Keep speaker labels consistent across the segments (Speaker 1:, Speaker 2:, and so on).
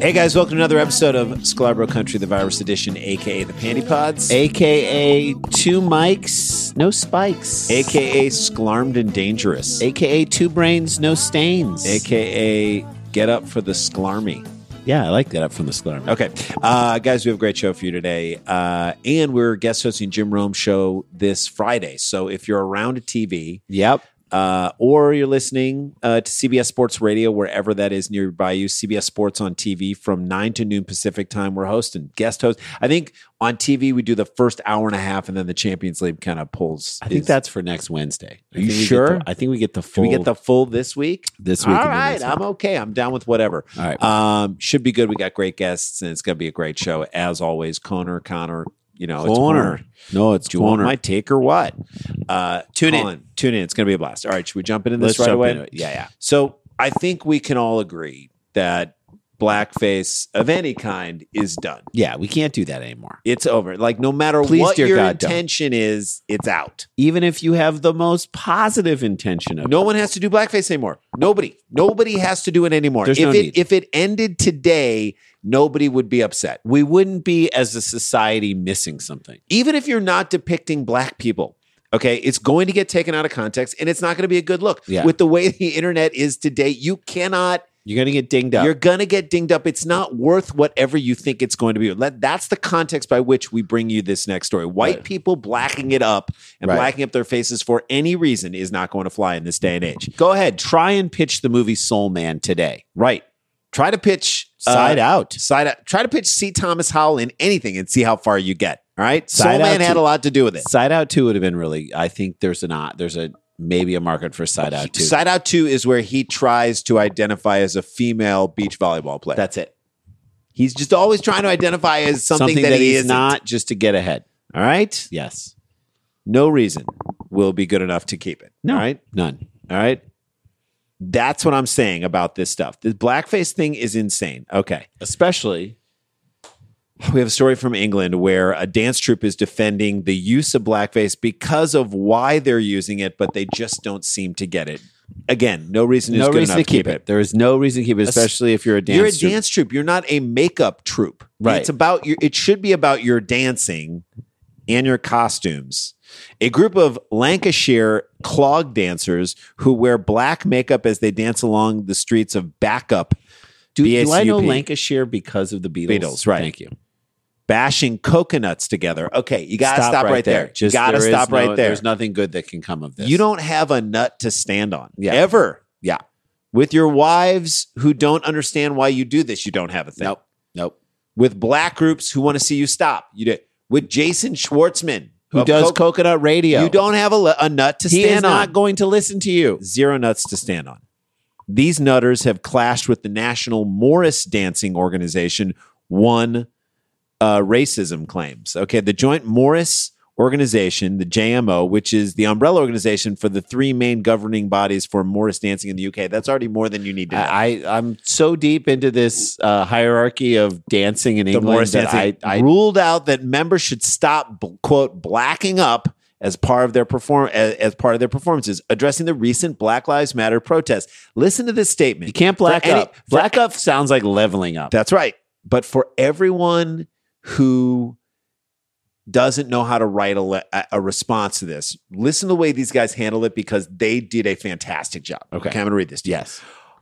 Speaker 1: Hey guys, welcome to another episode of Scalabro Country, the virus edition, aka the Panty Pods,
Speaker 2: AKA two mics, no spikes.
Speaker 1: aka Sklarmed and Dangerous,
Speaker 2: AKA two brains, no stains.
Speaker 1: aka Get Up for the Sklarmy.
Speaker 2: yeah, I like that up from the scleroderma.
Speaker 1: Okay, uh, guys, we have a great show for you today, uh, and we're guest hosting Jim Rome's show this Friday. So if you're around a TV,
Speaker 2: Yep.
Speaker 1: uh, or you're listening uh, to CBS Sports Radio, wherever that is nearby you. CBS Sports on TV from 9 to noon Pacific time. We're hosting guest host. I think on TV, we do the first hour and a half, and then the Champions League kind of pulls.
Speaker 2: I think
Speaker 1: is-
Speaker 2: that's for next Wednesday. I
Speaker 1: Are you
Speaker 2: think we get
Speaker 1: sure?
Speaker 2: the- I think we get the
Speaker 1: Do
Speaker 2: full.
Speaker 1: we get the full this week?
Speaker 2: this
Speaker 1: All
Speaker 2: week. and then
Speaker 1: right.
Speaker 2: next
Speaker 1: I'm
Speaker 2: week.
Speaker 1: okay. I'm down with whatever.
Speaker 2: All right.
Speaker 1: Um, should be good. We got great guests, and it's going to be a great show. As always, Connor, Connor, you know, it's
Speaker 2: Connor.
Speaker 1: Connor.
Speaker 2: no, it's
Speaker 1: Do you want
Speaker 2: corner.
Speaker 1: my take or what? Uh, tune
Speaker 2: in.
Speaker 1: in. Tune in. It's going to be a blast. All right. Should we jump into this
Speaker 2: Let's
Speaker 1: right
Speaker 2: jump
Speaker 1: away?
Speaker 2: into it. Yeah, yeah.
Speaker 1: So I think we can all agree that blackface of any kind is done.
Speaker 2: Yeah, we can't do that anymore.
Speaker 1: It's over. Like no matter
Speaker 2: Please,
Speaker 1: what
Speaker 2: dear
Speaker 1: your
Speaker 2: God, don't.
Speaker 1: intention is, it's out.
Speaker 2: Even if you have the most positive intention of
Speaker 1: No one has to do blackface anymore. Nobody. Nobody has to do it anymore.
Speaker 2: There's
Speaker 1: if
Speaker 2: no
Speaker 1: it
Speaker 2: need.
Speaker 1: if it ended today, nobody would be upset.
Speaker 2: we wouldn't be as a society missing something.
Speaker 1: Even if you're not depicting black people, okay, it's going to get taken out of context and it's not going to be a good look.
Speaker 2: Yeah.
Speaker 1: With the way the internet is today, you cannot
Speaker 2: You're gonna get dinged up.
Speaker 1: You're gonna get dinged up. It's not worth whatever you think it's going to be. Let- That's the context by which we bring you this next story. White
Speaker 2: Right.
Speaker 1: people blacking it up and
Speaker 2: Right.
Speaker 1: blacking up their faces for any reason is not going to fly in this day and age.
Speaker 2: Go ahead, try and pitch the movie Soul Man today.
Speaker 1: Right. Try to pitch uh,
Speaker 2: Side out.
Speaker 1: Side out. Try to pitch C. Thomas Howell in anything and see how far you get. All right.
Speaker 2: Side
Speaker 1: Soul Man
Speaker 2: out
Speaker 1: had a
Speaker 2: to-
Speaker 1: lot to do with it.
Speaker 2: Side out two would have been really. I think there's an uh, there's a maybe a market for side out two.
Speaker 1: Side out two is where he tries to identify as a female beach volleyball player.
Speaker 2: That's it.
Speaker 1: He's just always trying to identify as something, that, he
Speaker 2: he's
Speaker 1: is
Speaker 2: not, just to get ahead.
Speaker 1: All right.
Speaker 2: Yes.
Speaker 1: no reason will be good enough to keep it.
Speaker 2: No.
Speaker 1: All right.
Speaker 2: None.
Speaker 1: All right. That's what I'm saying about this stuff. This blackface thing is insane. Okay.
Speaker 2: Especially
Speaker 1: We have a story from England where a dance troupe is defending the use of blackface because of why they're using it, but they just don't seem to get it. Again, no reason is
Speaker 2: no
Speaker 1: good
Speaker 2: reason to
Speaker 1: enough
Speaker 2: keep it. There is no reason to keep it,
Speaker 1: As-
Speaker 2: especially if you're a dance.
Speaker 1: you're a
Speaker 2: troupe.
Speaker 1: dance troupe. You're not a makeup troupe.
Speaker 2: Right.
Speaker 1: It's about your. It should be about your dancing and your costumes. A group of Lancashire clog dancers who wear black makeup as they dance along the streets of Backup,
Speaker 2: Do, do I know
Speaker 1: BSUP.
Speaker 2: Lancashire because of the Beatles?
Speaker 1: Beatles, right.
Speaker 2: Thank you.
Speaker 1: bashing coconuts together. Okay, you gotta stop, right, there.
Speaker 2: Just
Speaker 1: you gotta
Speaker 2: there is
Speaker 1: stop
Speaker 2: no-
Speaker 1: right there.
Speaker 2: There's nothing good that can come of this.
Speaker 1: You don't have a nut to stand on
Speaker 2: Yeah.
Speaker 1: ever.
Speaker 2: Yeah.
Speaker 1: With your wives who don't understand why you do this, you don't have a thing.
Speaker 2: Nope. Nope.
Speaker 1: with black groups who want to see you stop. You did with Jason Schwartzman,
Speaker 2: Who
Speaker 1: of
Speaker 2: does
Speaker 1: Coke-
Speaker 2: coconut radio?
Speaker 1: You don't have a, le- a nut to
Speaker 2: He
Speaker 1: stand
Speaker 2: is
Speaker 1: on.
Speaker 2: not going to listen to you.
Speaker 1: Zero nuts to stand on. These nutters have clashed with the National Morris Dancing Organization, one uh, racism claims. Okay, the Joint Morris Organization, the JMO, which is the umbrella organization for the three main governing bodies for Morris dancing in the UK. That's already more than you need to know.
Speaker 2: I, I I'm so deep into this uh, hierarchy of dancing in
Speaker 1: the
Speaker 2: England
Speaker 1: Morris
Speaker 2: that
Speaker 1: dancing
Speaker 2: I, I
Speaker 1: ruled out that members should stop b- quote blacking up as part of their perform as, as part of their performances, addressing the recent Black Lives Matter protests. Listen to this statement.
Speaker 2: you can't black
Speaker 1: For any-
Speaker 2: up. Black up sounds like leveling up.
Speaker 1: That's right. But for everyone who doesn't know how to write a, le- a- a response to this, listen to the way these guys handle it because they did a fantastic job.
Speaker 2: Okay.
Speaker 1: I'm going to read this to you.
Speaker 2: yes.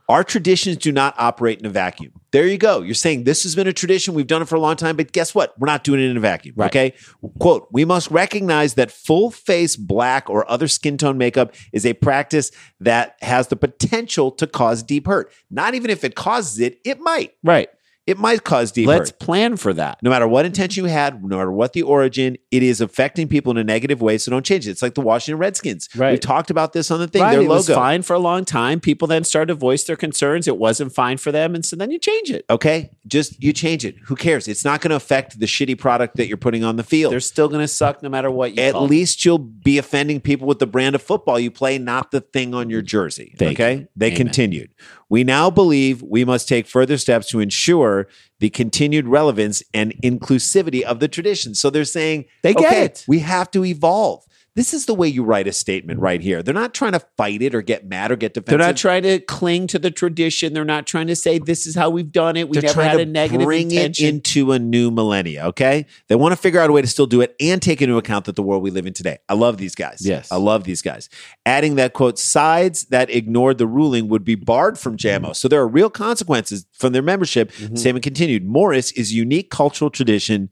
Speaker 1: Our traditions do not operate in a vacuum. There you go. You're saying this has been a tradition. We've done it for a long time, but guess what? We're not doing it in a vacuum.
Speaker 2: Right.
Speaker 1: Okay. Quote We must recognize that full face black or other skin tone makeup is a practice that has the potential to cause deep hurt. Not even if it causes it, it might.
Speaker 2: Right.
Speaker 1: It might cause deep
Speaker 2: Let's
Speaker 1: hurt.
Speaker 2: plan for that.
Speaker 1: No matter what intention you had, no matter what the origin, it is affecting people in a negative way. So don't change it. It's like the Washington Redskins. We
Speaker 2: Right.
Speaker 1: talked about this on the thing.
Speaker 2: Right,
Speaker 1: Their
Speaker 2: it
Speaker 1: logo.
Speaker 2: was fine for a long time. People then started to voice their concerns. It wasn't fine for them, and so then you change it.
Speaker 1: Okay, just you change it. Who cares? It's not going to affect the shitty product that you're putting on the field.
Speaker 2: They're still going to suck no matter what you.
Speaker 1: At
Speaker 2: call it.
Speaker 1: least you'll be offending people with the brand of football you play, not the thing on your jersey.
Speaker 2: Mm-hmm. Thank
Speaker 1: okay, they
Speaker 2: Amen.
Speaker 1: continued. We now believe we must take further steps to ensure the continued relevance and inclusivity of the tradition. So they're saying
Speaker 2: They get
Speaker 1: okay,
Speaker 2: it.
Speaker 1: We have to evolve. This is the way you write a statement right here. They're not trying to fight it or get mad or get
Speaker 2: They're
Speaker 1: defensive.
Speaker 2: not trying to cling to the tradition. They're not trying to say this is how we've done it. We
Speaker 1: They're
Speaker 2: never
Speaker 1: trying
Speaker 2: had
Speaker 1: to
Speaker 2: a negative
Speaker 1: bring
Speaker 2: intention.
Speaker 1: it into a new millennia. Okay, they want to figure out a way to still do it and take into account that the world we live in today. I love these guys.
Speaker 2: Yes.
Speaker 1: I love these guys. Adding that quote: sides that ignored the ruling would be barred
Speaker 2: Mm-hmm.
Speaker 1: from JAMO. So there are real consequences from their membership.
Speaker 2: Mhm.
Speaker 1: Statement continued: Morris is unique cultural tradition.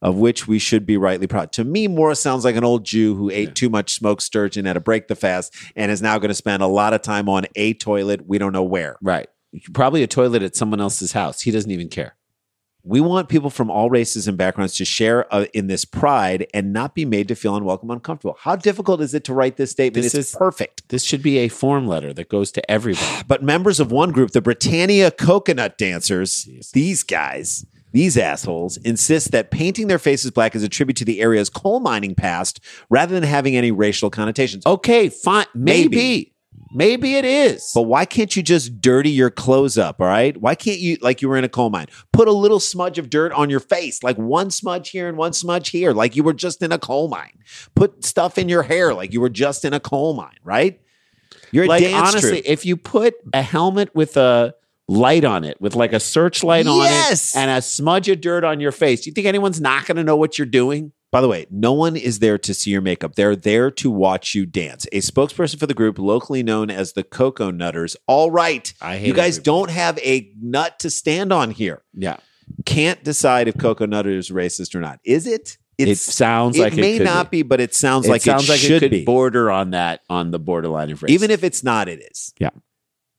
Speaker 1: Of which we should be rightly proud. To me, Morris sounds like an old Jew who ate too much smoked sturgeon at a break the fast and is now going to spend a lot of time on a toilet we don't know where.
Speaker 2: right. Probably a toilet at someone else's house. He doesn't even care.
Speaker 1: We want people from all races and backgrounds to share uh, in this pride and not be made to feel unwelcome, uncomfortable. How difficult is it to write this statement?
Speaker 2: This
Speaker 1: it's
Speaker 2: is-
Speaker 1: perfect.
Speaker 2: This should be a form letter that goes to everybody.
Speaker 1: But members of one group, the Britannia Coconut Dancers, these guys, these assholes, insist that painting their faces black is a tribute to the area's coal mining past rather than having any racial connotations.
Speaker 2: okay, fine. Maybe.
Speaker 1: Maybe.
Speaker 2: Maybe, it is.
Speaker 1: But why can't you just dirty your clothes up? All right. Why can't you, like you were in a coal mine, put a little smudge of dirt on your face, like one smudge here and one smudge here, like you were just in a coal mine? Put stuff in your hair, like you were just in a coal mine, right? You're a
Speaker 2: like
Speaker 1: dance
Speaker 2: honestly,
Speaker 1: troupe.
Speaker 2: if you put a helmet with a light on it, with like a searchlight
Speaker 1: Yes.
Speaker 2: on it, and a smudge of dirt on your face, you think anyone's not going to know what you're doing?
Speaker 1: By the way, no one is there to see your makeup. They're there to watch you dance. A spokesperson for the group, locally known as the Cocoa Nutters. All right.
Speaker 2: I
Speaker 1: You guys don't have a nut to stand on here.
Speaker 2: Yeah,
Speaker 1: Can't decide if Cocoa Nutter is racist or not. Is it?
Speaker 2: it sounds
Speaker 1: it
Speaker 2: like
Speaker 1: may
Speaker 2: could
Speaker 1: not be. but it sounds
Speaker 2: It
Speaker 1: like
Speaker 2: sounds
Speaker 1: it
Speaker 2: like
Speaker 1: should
Speaker 2: it could
Speaker 1: be.
Speaker 2: border on that on the borderline of race.
Speaker 1: Even if it's not, it is.
Speaker 2: Yeah.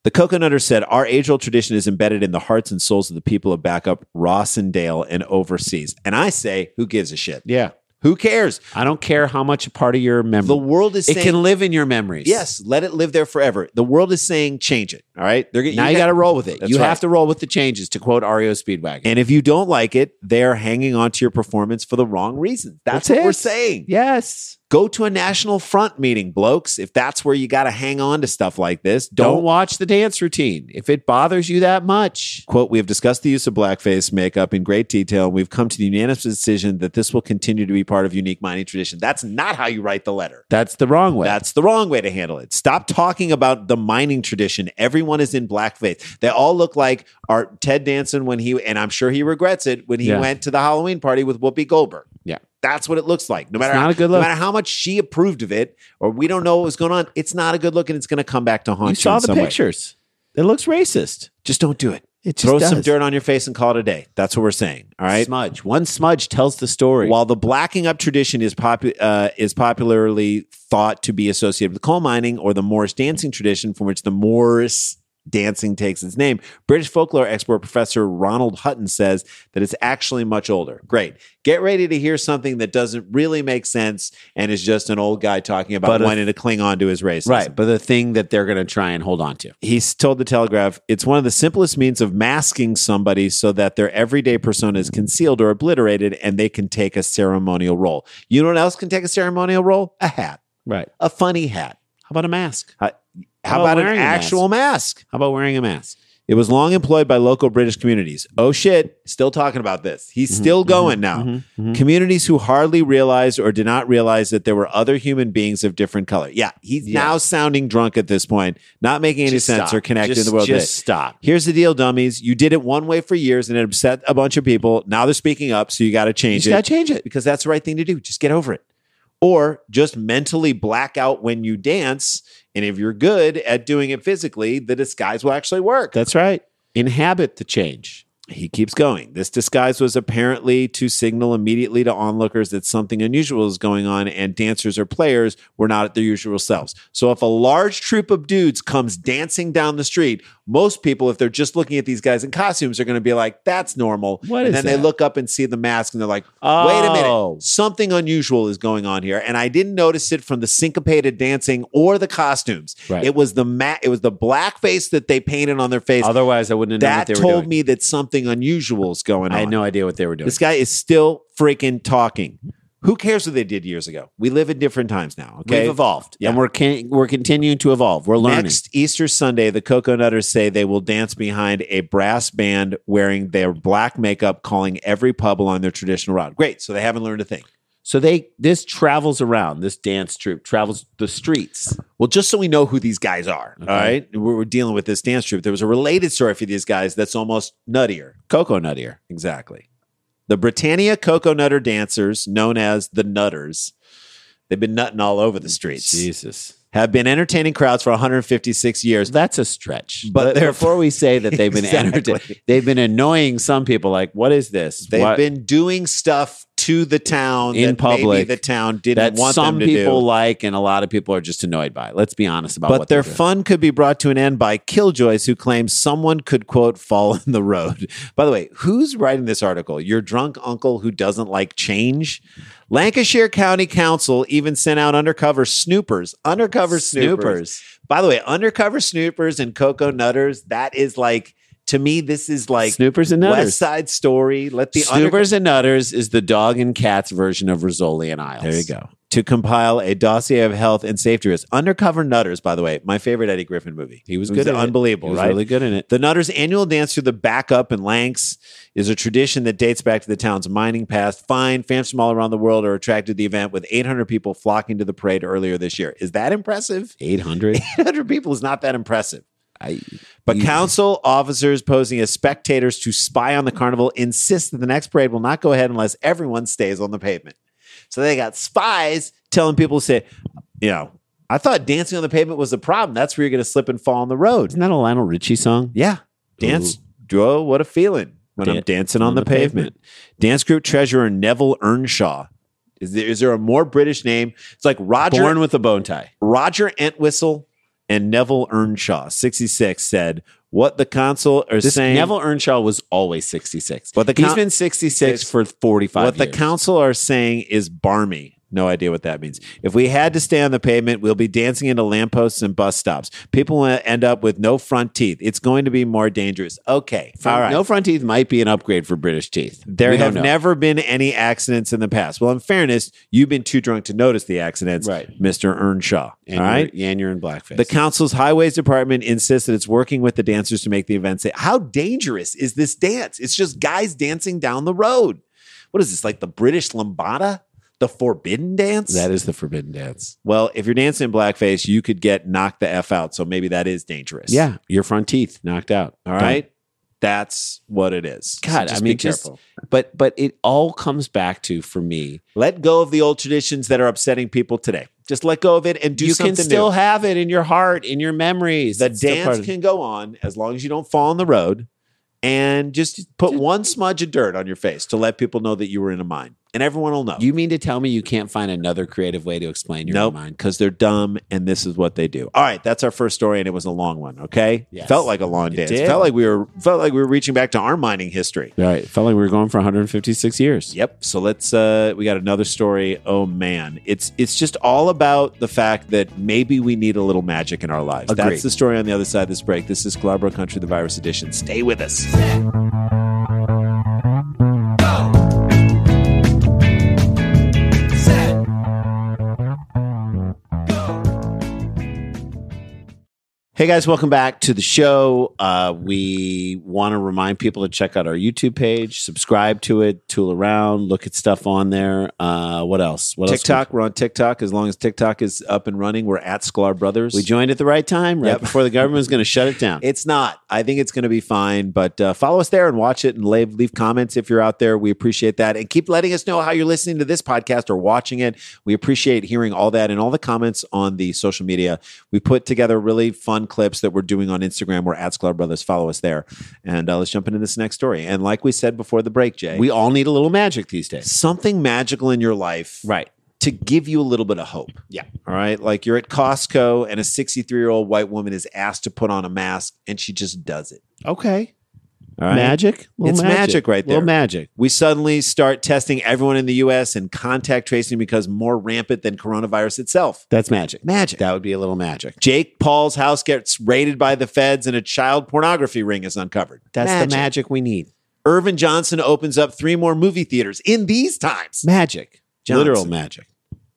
Speaker 1: The Coconutter said, Our age old tradition is embedded in the hearts and souls of the people of backup, Rossendale, and overseas. And I say, who gives a shit?
Speaker 2: yeah,
Speaker 1: Who cares?
Speaker 2: I don't care how much a part of your
Speaker 1: The
Speaker 2: memory.
Speaker 1: world is
Speaker 2: It
Speaker 1: saying,
Speaker 2: can live in your memories.
Speaker 1: yes, let it live there forever. The world is saying, change it. All right. They're,
Speaker 2: Now you got to roll with it.
Speaker 1: That's
Speaker 2: You
Speaker 1: right.
Speaker 2: have to roll with the changes. To quote Ario Speedwagon.
Speaker 1: And if you don't like it, they're hanging on to your performance for the wrong reasons. That's,
Speaker 2: That's
Speaker 1: what we're
Speaker 2: it.
Speaker 1: saying.
Speaker 2: yes.
Speaker 1: Go to a national front meeting, blokes. If that's where you got to hang on to stuff like this,
Speaker 2: Don't,
Speaker 1: don't
Speaker 2: watch the dance routine if it bothers you that much.
Speaker 1: Quote, we have discussed the use of blackface makeup in great detail, and we've come to the unanimous decision that this will continue to be part of unique mining tradition. That's not how you write the letter.
Speaker 2: That's the wrong way.
Speaker 1: That's the wrong way to handle it. Stop talking about the mining tradition. Everyone is in blackface. They all look like our Ted Danson when he, and I'm sure he regrets it, when he
Speaker 2: Yeah.
Speaker 1: went to the Halloween party with Whoopi Goldberg.
Speaker 2: Yeah.
Speaker 1: That's what it looks like. No matter,
Speaker 2: not
Speaker 1: how,
Speaker 2: a good
Speaker 1: no
Speaker 2: look.
Speaker 1: matter how much she approved of it, or we don't know what was going on, it's not a good look and it's going to come back to haunt you.
Speaker 2: you saw
Speaker 1: in
Speaker 2: the
Speaker 1: some way.
Speaker 2: pictures. It looks racist.
Speaker 1: Just don't do it.
Speaker 2: It just
Speaker 1: Throw some
Speaker 2: does.
Speaker 1: dirt on your face and call it a day. That's what we're saying. All right.
Speaker 2: Smudge. One smudge tells the story.
Speaker 1: While the blacking up tradition is popu- uh, is popularly thought to be associated with coal mining or the Morris dancing tradition, from which the Morris dancing takes its name. British folklore expert Professor Ronald Hutton says that it's actually much older. Great. Get ready to hear something that doesn't really make sense and is just an old guy talking about
Speaker 2: But a-
Speaker 1: wanting to cling on to his racism.
Speaker 2: Right. But the thing that they're going to try and hold on to.
Speaker 1: He's told the Telegraph, it's one of the simplest means of masking somebody so that their everyday persona is concealed or obliterated and they can take a ceremonial role. You know what else can take a ceremonial role? A hat,
Speaker 2: Right.
Speaker 1: a funny hat.
Speaker 2: How about a mask?
Speaker 1: How,
Speaker 2: How about
Speaker 1: about, an
Speaker 2: wearing a mask?
Speaker 1: actual mask?
Speaker 2: How about wearing a mask?
Speaker 1: It was long employed by local British communities. Oh shit, still talking about this. He's
Speaker 2: Mm-hmm.
Speaker 1: still going now. Communities who hardly realized or did not realize that there were other human beings of different color. Yeah, he's
Speaker 2: Yeah.
Speaker 1: now sounding drunk at this point, not making any
Speaker 2: Just
Speaker 1: sense
Speaker 2: stop.
Speaker 1: or connecting
Speaker 2: Just-
Speaker 1: the world.
Speaker 2: Just
Speaker 1: today.
Speaker 2: stop.
Speaker 1: Here's the deal, dummies. You did it one way for years and it upset a bunch of people. Now they're speaking up, so you got to
Speaker 2: You
Speaker 1: change
Speaker 2: just got
Speaker 1: it
Speaker 2: to change it.
Speaker 1: because that's the right thing to do. Just get over it. Or just mentally black out when you dance. And if you're good at doing it physically, the disguise will actually work.
Speaker 2: That's right. Inhabit the change.
Speaker 1: He keeps going. This disguise was apparently to signal immediately to onlookers that something unusual is going on and dancers or players were not at their usual selves. So if a large troop of dudes comes dancing down the street, most people, if they're just looking at these guys in costumes, are going to be like, that's normal.
Speaker 2: What is
Speaker 1: and then they
Speaker 2: that?
Speaker 1: look up and see the mask and they're like,
Speaker 2: Oh.
Speaker 1: wait a minute, something unusual is going on here. And I didn't notice it from the syncopated dancing or the costumes.
Speaker 2: Right.
Speaker 1: It was the mat, it was the black face that they painted on their face
Speaker 2: Otherwise, I wouldn't have known
Speaker 1: that
Speaker 2: what they were
Speaker 1: told
Speaker 2: doing.
Speaker 1: me that something unusual is going on.
Speaker 2: I had no idea what they were doing.
Speaker 1: This guy is still freaking talking. Who cares what they did years ago? We live in different times now. Okay.
Speaker 2: We've evolved,
Speaker 1: Yeah.
Speaker 2: and we're can- we're continuing to evolve. We're learning.
Speaker 1: Next Easter Sunday, the Coconutters say they will dance behind a brass band wearing their black makeup, calling every pub along their traditional route. Great. So they haven't learned a thing.
Speaker 2: So they this travels around. This dance troupe travels the streets.
Speaker 1: Well, just so we know who these guys are,
Speaker 2: Okay.
Speaker 1: all right? We're, we're dealing with this dance troupe. There was a related story for these guys that's almost nuttier.
Speaker 2: Coco nuttier.
Speaker 1: Exactly. The Britannia Cocoa Nutter dancers, known as the Nutters, they've been nutting all over the streets,
Speaker 2: Jesus,
Speaker 1: have been entertaining crowds for 156 years.
Speaker 2: that's a stretch.
Speaker 1: But
Speaker 2: But,
Speaker 1: they're-
Speaker 2: before we say that they've been
Speaker 1: Exactly.
Speaker 2: entertained, they've been annoying some people. Like, what is this?
Speaker 1: They've
Speaker 2: What-
Speaker 1: been doing stuff to the town
Speaker 2: In
Speaker 1: that maybe
Speaker 2: public
Speaker 1: the town didn't
Speaker 2: that
Speaker 1: want them
Speaker 2: some
Speaker 1: to
Speaker 2: people
Speaker 1: do.
Speaker 2: like, and a lot of people are just annoyed by. Let's be honest about
Speaker 1: But
Speaker 2: what they're
Speaker 1: their
Speaker 2: doing.
Speaker 1: fun could be brought to an end by killjoys who claim someone could, quote, fall in the road. By the way, who's writing this article? Your drunk uncle who doesn't like change? Lancashire County Council even sent out undercover snoopers. Undercover snoopers. By the way, undercover snoopers and cocoa nutters, that is like to me, this is like
Speaker 2: snoopers and
Speaker 1: West
Speaker 2: nutters.
Speaker 1: Side Story. Let the under-
Speaker 2: snoopers and nutters is the dog and cats version of Rizzoli and Isles.
Speaker 1: There you go. To compile a dossier of health and safety risks. Undercover Nutters, by the way, my favorite Eddie Griffin movie.
Speaker 2: He was
Speaker 1: It
Speaker 2: good. at it.
Speaker 1: unbelievable,
Speaker 2: He was
Speaker 1: right?
Speaker 2: really good in it.
Speaker 1: The Nutters' annual dance through the backup and Lanks is a tradition that dates back to the town's mining past. Fine, fans from all around the world are attracted to the event, with 800 people flocking to the parade earlier this year. Is that impressive?
Speaker 2: Eight hundred.
Speaker 1: 800 people is not that impressive.
Speaker 2: I
Speaker 1: But
Speaker 2: Yeah.
Speaker 1: council officers posing as spectators to spy on the carnival insist that the next parade will not go ahead unless everyone stays on the pavement. So they got spies telling people to say, you know, I thought dancing on the pavement was the problem. That's where you're going to slip and fall on the road.
Speaker 2: Isn't that a Lionel Richie song?
Speaker 1: Yeah. Dance. Oh, what a feeling when I'm
Speaker 2: Dan-
Speaker 1: dancing on, the, pavement. Dance group treasurer Neville Earnshaw. Is there, is there a more British name? It's like Roger
Speaker 2: Born with a bow tie.
Speaker 1: Roger Entwistle and Neville Earnshaw, 66, said what the consul are
Speaker 2: This
Speaker 1: saying.
Speaker 2: Neville Earnshaw was always 66.
Speaker 1: what the
Speaker 2: He's
Speaker 1: con-
Speaker 2: been 66 for 45
Speaker 1: what the
Speaker 2: years.
Speaker 1: council are saying is barmy. No idea what that means. If we had to stay on the pavement, we'll be dancing into lampposts and bus stops. People will end up with no front teeth. It's going to be more dangerous. Okay. All right.
Speaker 2: No front teeth might be an upgrade for British teeth.
Speaker 1: There
Speaker 2: We don't
Speaker 1: have
Speaker 2: know.
Speaker 1: never been any accidents in the past. Well, in fairness, you've been too drunk to notice the accidents,
Speaker 2: Right.
Speaker 1: Mr. Earnshaw.
Speaker 2: And
Speaker 1: all
Speaker 2: you're-
Speaker 1: right.
Speaker 2: And you're in blackface.
Speaker 1: The council's highways department insists that it's working with the dancers to make the event safe. How dangerous is this dance? It's just guys dancing down the road. What is this like the British lambada, the forbidden dance?
Speaker 2: that is the forbidden dance.
Speaker 1: well, if you're dancing in blackface, you could get knocked the f out. So maybe that is dangerous.
Speaker 2: Yeah. Your front teeth knocked out.
Speaker 1: All right. That's what it is. So
Speaker 2: God,
Speaker 1: just
Speaker 2: I mean,
Speaker 1: be
Speaker 2: just-
Speaker 1: careful.
Speaker 2: But but it all comes back to for me.
Speaker 1: let go of the old traditions that are upsetting people today. Just let go of it and do
Speaker 2: you
Speaker 1: something
Speaker 2: can still
Speaker 1: new.
Speaker 2: have it in your heart, in your memories.
Speaker 1: The
Speaker 2: It's still part
Speaker 1: dance
Speaker 2: of-
Speaker 1: can go on as long as you don't fall on the road and just put one smudge of dirt on your face to let people know that you were in a mine. and everyone will know.
Speaker 2: You mean to tell me you can't find another creative way to explain your own
Speaker 1: nope,
Speaker 2: mind?
Speaker 1: because they're dumb and this is what they do. All right, that's our first story, and it was a long one. Okay,
Speaker 2: Yes.
Speaker 1: felt like a long day.
Speaker 2: did.
Speaker 1: Felt like we were felt like we were reaching back to our mining history.
Speaker 2: All right, felt like we were going for 156 years.
Speaker 1: Yep. So let's uh we got another story. Oh man. It's it's just all about the fact that maybe we need a little magic in our lives.
Speaker 2: Agreed.
Speaker 1: That's the story on the other side of this break. This is Glabro Country the Virus Edition. Stay with us.
Speaker 2: Hey guys, welcome back to the show. Uh, we want to remind people to check out our YouTube page, subscribe to it, tool around, look at stuff on there. Uh, what else? What else?
Speaker 1: TikTok, we're on TikTok. As long as TikTok is up and running, we're at Sklar Brothers.
Speaker 2: We joined at the right time, right
Speaker 1: Yep.
Speaker 2: before the government was going to shut it down.
Speaker 1: It's not. I think it's going to be fine. But uh, follow us there and watch it and leave, leave comments if you're out there. We appreciate that. And keep letting us know how you're listening to this podcast or watching it. We appreciate hearing all that and all the comments on the social media. We put together really fun clips that we're doing on Instagram. We're at Sklar Brothers. Follow us there. And uh, let's jump into this next story. And like we said before the break, Jay,
Speaker 2: we all need a little magic these days,
Speaker 1: something magical in your life
Speaker 2: right?
Speaker 1: to give you a little bit of hope.
Speaker 2: Yeah.
Speaker 1: All right. Like you're at Costco and a 63 year old white woman is asked to put on a mask and she just does it.
Speaker 2: Okay,
Speaker 1: All right.
Speaker 2: magic. Little
Speaker 1: It's magic right
Speaker 2: Little
Speaker 1: there.
Speaker 2: magic.
Speaker 1: we suddenly start testing everyone in the US and contact tracing becomes more rampant than coronavirus itself.
Speaker 2: That's magic.
Speaker 1: Magic.
Speaker 2: That would be a little magic.
Speaker 1: Jake Paul's house gets raided by the feds and a child pornography ring is uncovered.
Speaker 2: That's the magic we need.
Speaker 1: Irvin Johnson opens up three more movie theaters in these times.
Speaker 2: Magic.
Speaker 1: Johnson.
Speaker 2: Literal magic.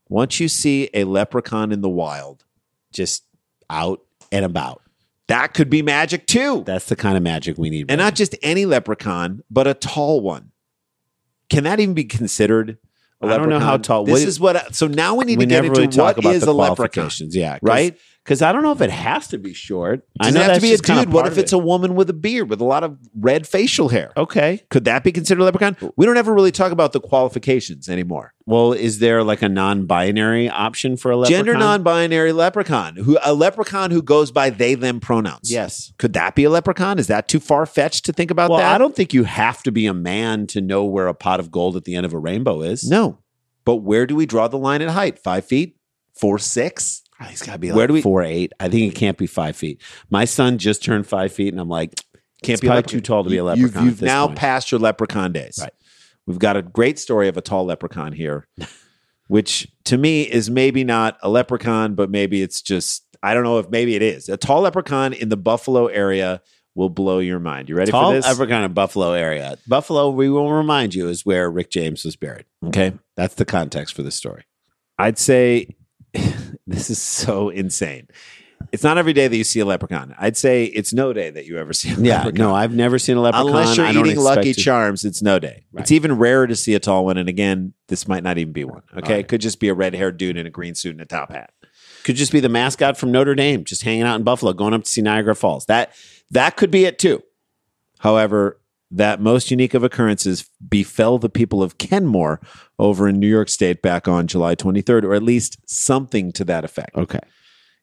Speaker 1: Once you see a leprechaun in the wild,
Speaker 2: Just out and about.
Speaker 1: that could be magic too.
Speaker 2: That's the kind of magic we need.
Speaker 1: and not just any leprechaun, but a tall one. Can that even be considered? I
Speaker 2: I don't know how tall-
Speaker 1: This
Speaker 2: what-
Speaker 1: is what. I- so now we need
Speaker 2: we
Speaker 1: to get
Speaker 2: never
Speaker 1: into
Speaker 2: really talk
Speaker 1: what
Speaker 2: about
Speaker 1: is
Speaker 2: the
Speaker 1: a leprechaun,
Speaker 2: qualifications. Yeah,
Speaker 1: right?
Speaker 2: Because I don't know if it has to be short. I
Speaker 1: Does
Speaker 2: know
Speaker 1: it have to
Speaker 2: that's
Speaker 1: be a
Speaker 2: just kinda
Speaker 1: dude? What
Speaker 2: part
Speaker 1: if
Speaker 2: of
Speaker 1: it's a woman with a beard with a lot of red facial hair?
Speaker 2: it. okay?
Speaker 1: Could that be considered a leprechaun? We don't ever really talk about the qualifications anymore.
Speaker 2: Well, is there like a non-binary option for a leprechaun?
Speaker 1: Gender non-binary leprechaun, who a leprechaun who goes by they them pronouns.
Speaker 2: Yes.
Speaker 1: Could that be a leprechaun? Is that too far fetched to think about
Speaker 2: Well,
Speaker 1: that?
Speaker 2: I don't think you have to be a man to know where a pot of gold at the end of a rainbow is.
Speaker 1: No. But where do we draw the line at height? Five feet? Four, six?
Speaker 2: Ah, he's got to be
Speaker 1: Where
Speaker 2: where
Speaker 1: do
Speaker 2: do
Speaker 1: we-
Speaker 2: four eight. I think it can't be five feet. My son just turned five feet, and I'm like,
Speaker 1: Can't
Speaker 2: It's
Speaker 1: be a
Speaker 2: probably
Speaker 1: leprechaun.
Speaker 2: too tall to be a
Speaker 1: You-
Speaker 2: leprechaun
Speaker 1: You've,
Speaker 2: at
Speaker 1: you've
Speaker 2: this
Speaker 1: now
Speaker 2: point.
Speaker 1: passed your leprechaun days.
Speaker 2: Right.
Speaker 1: We've got a great story of a tall leprechaun here, which to me is maybe not a leprechaun, but maybe it's just, I don't know if maybe it is. A tall leprechaun in the Buffalo area will blow your mind. You ready
Speaker 2: tall
Speaker 1: for this?
Speaker 2: leprechaun in Buffalo area. Buffalo, we will remind you, is where Rick James was buried.
Speaker 1: okay.
Speaker 2: That's the context for this story.
Speaker 1: I'd say this is so insane. It's not every day that you see a leprechaun. I'd say it's no day that you ever see a
Speaker 2: Yeah,
Speaker 1: leprechaun.
Speaker 2: no, I've never seen a leprechaun.
Speaker 1: Unless you're
Speaker 2: I don't
Speaker 1: eating
Speaker 2: expect
Speaker 1: Lucky
Speaker 2: to.
Speaker 1: Charms, it's no day.
Speaker 2: Right.
Speaker 1: It's even rarer to see a tall one. And again, this might not even be one. Okay.
Speaker 2: All right.
Speaker 1: It could just be a red haired dude in a green suit and a top hat.
Speaker 2: Could just be the mascot from Notre Dame, just hanging out in Buffalo, going up to see Niagara Falls. That that could be it too.
Speaker 1: However, that most unique of occurrences befell the people of Kenmore over in New York State back on July 23rd, or at least something to that effect.
Speaker 2: Okay,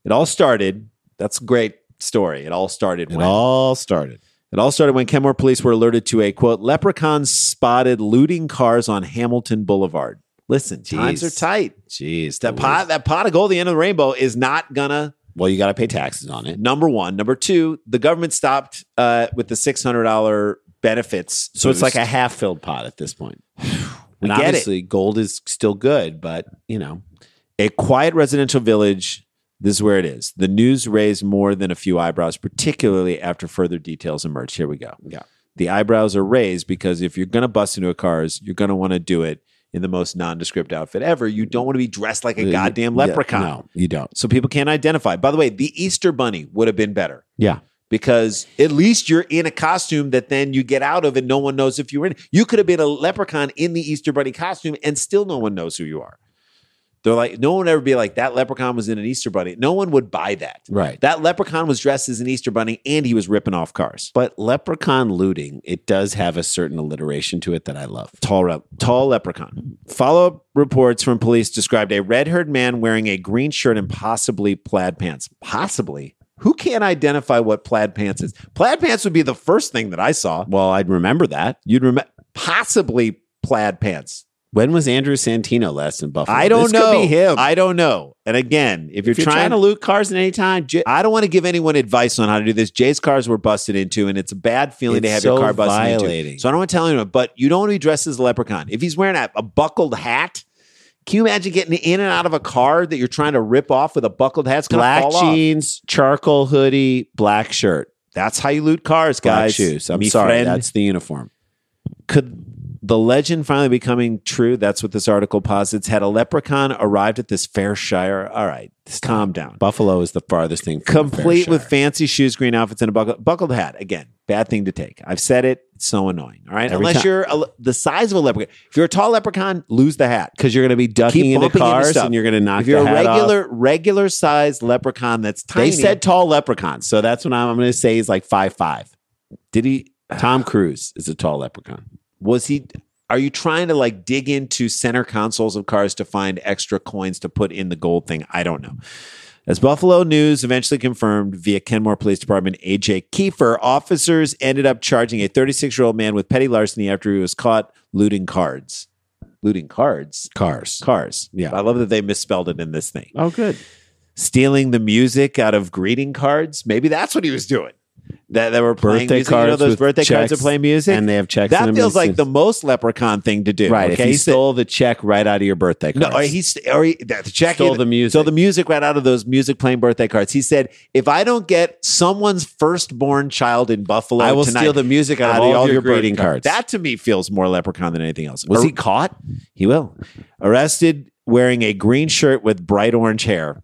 Speaker 1: It all started. That's a great story. It all started
Speaker 2: it
Speaker 1: when
Speaker 2: all started.
Speaker 1: It all started when Kenmore police were alerted to a quote leprechaun spotted looting cars on Hamilton Boulevard. Listen, times
Speaker 2: Jeez.
Speaker 1: are tight.
Speaker 2: Jeez,
Speaker 1: That pot, that pot of gold, at the end of the rainbow, is not gonna.
Speaker 2: Well, you got to pay taxes on it,
Speaker 1: Number one, number two, the government stopped uh, with the six hundred dollar benefits.
Speaker 2: so it's
Speaker 1: boost.
Speaker 2: like a half-filled pot at this point.
Speaker 1: We
Speaker 2: and
Speaker 1: get it.
Speaker 2: obviously, gold is still good, but you know,
Speaker 1: a quiet residential village. This is where it is. The news raised more than a few eyebrows, particularly after further details emerged. Here we go.
Speaker 2: Yeah.
Speaker 1: The eyebrows are raised because if you're going to bust into a cars, you're going to want to do it in the most nondescript outfit ever. You don't want to be dressed like a goddamn
Speaker 2: Yeah,
Speaker 1: leprechaun.
Speaker 2: no, you don't.
Speaker 1: So people can't identify. By the way, the Easter bunny would have been better.
Speaker 2: Yeah.
Speaker 1: Because at least you're in a costume that then you get out of and no one knows if you were in. it. You could have been a leprechaun in the Easter bunny costume and still no one knows who you are. They're like, no one would ever be like, that leprechaun was in an Easter bunny. No one would buy that.
Speaker 2: Right.
Speaker 1: That leprechaun was dressed as an Easter bunny and he was ripping off cars.
Speaker 2: But leprechaun looting, it does have a certain alliteration to it that I love.
Speaker 1: tall rep, tall leprechaun. Follow up reports from police described a red haired man wearing a green shirt and possibly plaid pants. Possibly. Who can't identify what plaid pants is? Plaid pants would be the first thing that I saw.
Speaker 2: Well, I'd remember that.
Speaker 1: You'd remember possibly plaid pants.
Speaker 2: When was Andrew Santino last in Buffalo?
Speaker 1: I don't
Speaker 2: This
Speaker 1: know.
Speaker 2: Could be him.
Speaker 1: I don't know. And again, if you're,
Speaker 2: if you're
Speaker 1: trying,
Speaker 2: trying to
Speaker 1: to,
Speaker 2: loot cars at any time, j-
Speaker 1: I don't want to give anyone advice on how to do this. Jay's cars were busted into, and it's a bad feeling to
Speaker 2: It's
Speaker 1: have
Speaker 2: so
Speaker 1: your car busted into.
Speaker 2: violating.
Speaker 1: So I don't want to tell anyone, but you don't want to be dressed as a leprechaun. If he's wearing a, a buckled hat, can you imagine getting in and out of a car that you're trying to rip off with a buckled hat? It's gonna
Speaker 2: black
Speaker 1: fall off.
Speaker 2: jeans, charcoal hoodie, black shirt,
Speaker 1: That's how you loot cars,
Speaker 2: black
Speaker 1: guys.
Speaker 2: shoes. I'm
Speaker 1: Me
Speaker 2: sorry,
Speaker 1: friend.
Speaker 2: that's the uniform.
Speaker 1: could the legend finally becoming true? That's what this article posits. Had a leprechaun arrived at this fair shire? All right, just calm down.
Speaker 2: Buffalo is the farthest thing. From a fair
Speaker 1: Complete with
Speaker 2: share.
Speaker 1: fancy shoes, green outfits, and a buckled, buckled hat. Again, bad thing to take. I've said it. It's so annoying. All right,
Speaker 2: Every
Speaker 1: unless
Speaker 2: time.
Speaker 1: you're a, le- the size of a leprechaun. If you're a tall leprechaun, lose the hat.
Speaker 2: because you're going to be ducking
Speaker 1: Keep
Speaker 2: into
Speaker 1: bumping into
Speaker 2: cars
Speaker 1: stuff.
Speaker 2: and you're going to knock
Speaker 1: If you're
Speaker 2: the
Speaker 1: a
Speaker 2: hat off.
Speaker 1: regular regular sized leprechaun, that's tiny.
Speaker 2: They said tall leprechauns, so that's what I'm, I'm going to say. He's like five five.
Speaker 1: did he?
Speaker 2: Tom Cruise is a tall leprechaun.
Speaker 1: Was he? Are you trying to like dig into center consoles of cars to find extra coins to put in the gold thing? I don't know. As Buffalo News eventually confirmed via Kenmore Police Department AJ Kiefer, officers ended up charging a 36 year old man with petty larceny after he was caught looting cards. Looting cards?
Speaker 2: Cars.
Speaker 1: Cars.
Speaker 2: Yeah.
Speaker 1: I love that they misspelled it in this thing.
Speaker 2: Oh, good.
Speaker 1: Stealing the music out of greeting cards. Maybe that's what he was doing. That, that were playing
Speaker 2: Birthday
Speaker 1: music. you know
Speaker 2: cards
Speaker 1: those
Speaker 2: with
Speaker 1: birthday cards
Speaker 2: checks
Speaker 1: that play music?
Speaker 2: And they have checks. in
Speaker 1: that
Speaker 2: them.
Speaker 1: feels
Speaker 2: It's
Speaker 1: like
Speaker 2: just-
Speaker 1: the most leprechaun thing to do.
Speaker 2: right.
Speaker 1: Okay.
Speaker 2: If he
Speaker 1: He's the-
Speaker 2: stole the check right out of your birthday
Speaker 1: no,
Speaker 2: card.
Speaker 1: or he st- or he, that, the check
Speaker 2: stole
Speaker 1: in-
Speaker 2: the music.
Speaker 1: So the music right out of those music playing birthday cards. He said, "If I don't get someone's firstborn child in Buffalo,
Speaker 2: I will
Speaker 1: tonight,
Speaker 2: steal the music out, of all, your, greeting cards.
Speaker 1: That to me feels more leprechaun than anything else.
Speaker 2: Was
Speaker 1: Ar-
Speaker 2: he caught?
Speaker 1: He will arrested wearing a green shirt with bright orange hair.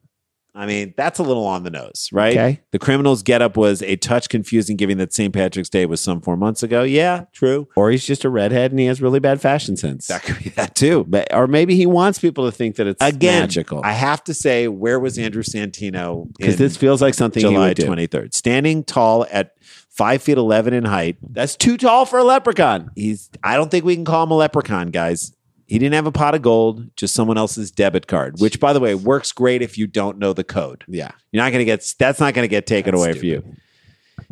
Speaker 1: I mean, that's a little on the nose, right?
Speaker 2: Okay.
Speaker 1: The criminal's getup was a touch confusing, given that St. Patrick's Day was some four months ago. Yeah, true.
Speaker 2: Or he's just a redhead and he has really bad fashion sense.
Speaker 1: That could be that too.
Speaker 2: But- or maybe he wants people to think that it's
Speaker 1: Again,
Speaker 2: magical.
Speaker 1: I have to say, where was Andrew Santino?
Speaker 2: Because
Speaker 1: in-
Speaker 2: this feels like something he
Speaker 1: July
Speaker 2: would do.
Speaker 1: twenty third. Standing tall at five feet eleven in height.
Speaker 2: That's too tall for a leprechaun.
Speaker 1: He's I don't think we can call him a leprechaun, guys. He didn't have a pot of gold, just someone else's debit card, which by the way works great if you don't know the code.
Speaker 2: Yeah.
Speaker 1: You're not gonna get that's not gonna get taken
Speaker 2: That's
Speaker 1: away from you.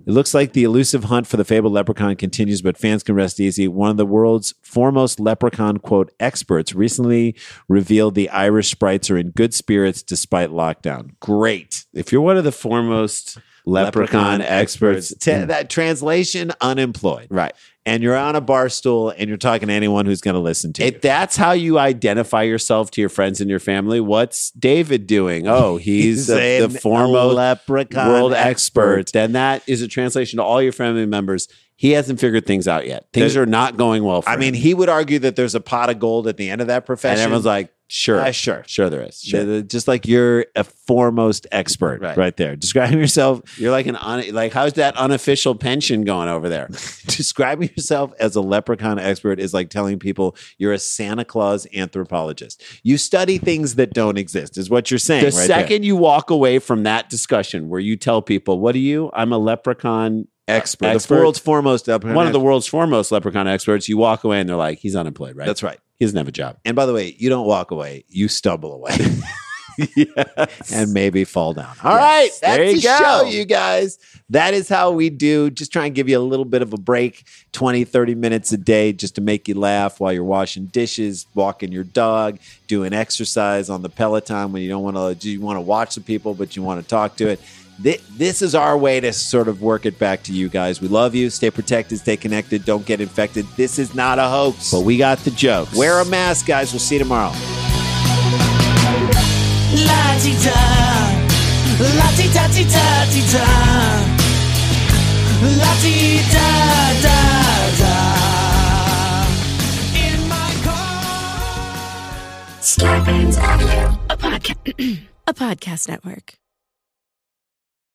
Speaker 1: It looks like the elusive hunt for the fabled leprechaun continues, but fans can rest easy. One of the world's foremost leprechaun quote experts recently revealed the Irish sprites are in good spirits despite lockdown. Great.
Speaker 2: If you're one of the foremost leprechaun, experts,
Speaker 1: T- that translation unemployed.
Speaker 2: right.
Speaker 1: And you're on a bar stool and you're talking to anyone who's going to listen to
Speaker 2: If
Speaker 1: you.
Speaker 2: that's how you identify yourself to your friends and your family, what's David doing? Oh, he's, the,
Speaker 1: an-
Speaker 2: the foremost
Speaker 1: a leprechaun
Speaker 2: world expert. Then that is a translation to all your family members. He hasn't figured things out yet. Things
Speaker 1: The-
Speaker 2: are not going well for
Speaker 1: I mean,
Speaker 2: him.
Speaker 1: he would argue that there's a pot of gold at the end of that profession.
Speaker 2: and everyone's like, sure,
Speaker 1: Uh, sure.
Speaker 2: sure there is. Sure.
Speaker 1: Th- Just like you're a foremost expert right,
Speaker 2: Right.
Speaker 1: there. Describing yourself,
Speaker 2: You're like an un- like how's that unofficial pension going over there?
Speaker 1: describing yourself as a leprechaun expert is like telling people you're a Santa Claus anthropologist. You study things that don't exist, is what you're saying.
Speaker 2: The
Speaker 1: right there.
Speaker 2: second you walk away from that discussion where you tell people, "What are you? I'm a leprechaun
Speaker 1: expert,
Speaker 2: expert.
Speaker 1: the world's foremost leprechaun.
Speaker 2: one of the world's foremost leprechaun experts, you walk away and they're like, he's unemployed, right?
Speaker 1: That's right.
Speaker 2: he doesn't have a job.
Speaker 1: And by the way, you don't walk away; you stumble away. and maybe fall down. All right,
Speaker 2: Yes. There
Speaker 1: that's
Speaker 2: you
Speaker 1: the
Speaker 2: go.
Speaker 1: show, you guys. That is how we do. Just try and give you a little bit of a break 20, 30 minutes a day just to make you laugh while you're washing dishes, walking your dog, doing exercise on the Peloton when you don't want to, you want to watch the people, but you want to talk to it. Thi- This is our way to sort of work it back to you guys. We love you. Stay protected, stay connected, don't get infected. This is not a hoax.
Speaker 2: But we got the jokes.
Speaker 1: Wear a mask, guys. We'll see you tomorrow.
Speaker 3: La ti da, la ti da ti da ti da, la ti da da da. In my car.
Speaker 4: Scarpins Avenue.
Speaker 5: a podcast a podcast network